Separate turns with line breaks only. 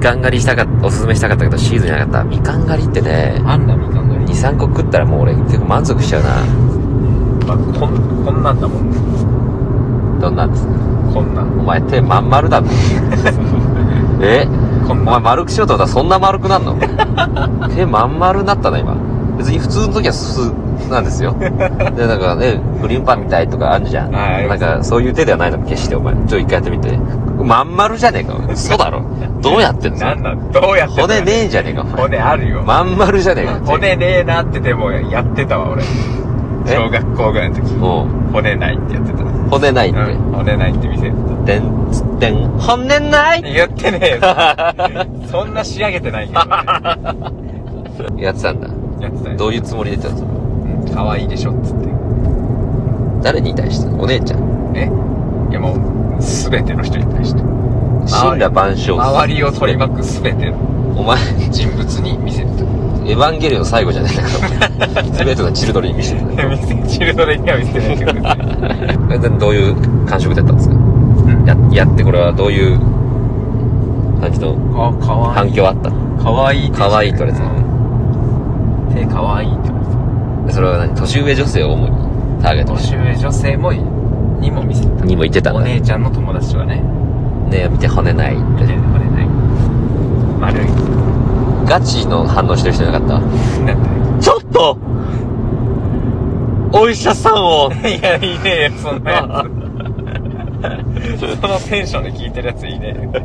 かん狩りしたかった、おすすめしたかったけど、シーズンじゃなかった。みかん狩りってね、
あんだみかん狩
2、
り
3個食ったらもう俺結構満足しちゃうな。
まあ、こんこんなんだもんね
どんなんですか
こんな
お
ん
前手まん丸だもん。え
こ
お
んな
前
ん
丸くしようと思ったらそんな丸くなんの 手まん丸になったな、今。別に普通の時は普通なんですよ。で、なんかね、グリーンパンみたいとかあるじゃん。
はいあり
な
ま
ん
す
かそういう手ではないの、決してお前。ちょ、っと一回やってみて。まん丸じゃねえか、お前嘘だろ。どうやってんの
なんなんどうやってんだ
骨ねえんじゃねえか、お前。
骨あるよ、
まん丸じゃねえか。
骨ねえなってでもやってたわ俺
え
小学校ぐらいの時
も
骨ないってやってた
う、骨ないって。
うん、骨ないって見せて
でん、つってん、骨ない
た言ってねえよ そんな仕上げてないけど、ね、
やってたんだ。
やってたよ
どういうつもりでやってたの
うん可愛いでしょっつって
誰に対してお姉ちゃん。
えいやもう全ての人に対して
死んだ万象。
周りを取り巻く全ての
お前、
人物に見せると
エヴァンゲリオンの最後じゃないんだから、 すべてのチルドレンに見せてた。
見せチルドレンには見せてないけど別に
えでどういう感触だったんですか
うん
ややってこれはどういう感じの
あかわい
反
い
響あった
かわいい
可愛いって言われてた
手かわいいって言われて
それは何年上女性を主にターゲッ
た
トに
年上女性もにも見せた
にも言ってたん
お
だね
姉ちゃんの友達はね
え見て骨ない
見てもれない丸い
ガチの反応してる人いなかった
なんだよ
ちょっとお医者さんを
いや、いねえよ、そんなやつ。そのテンションで聞いてるやついねえよ。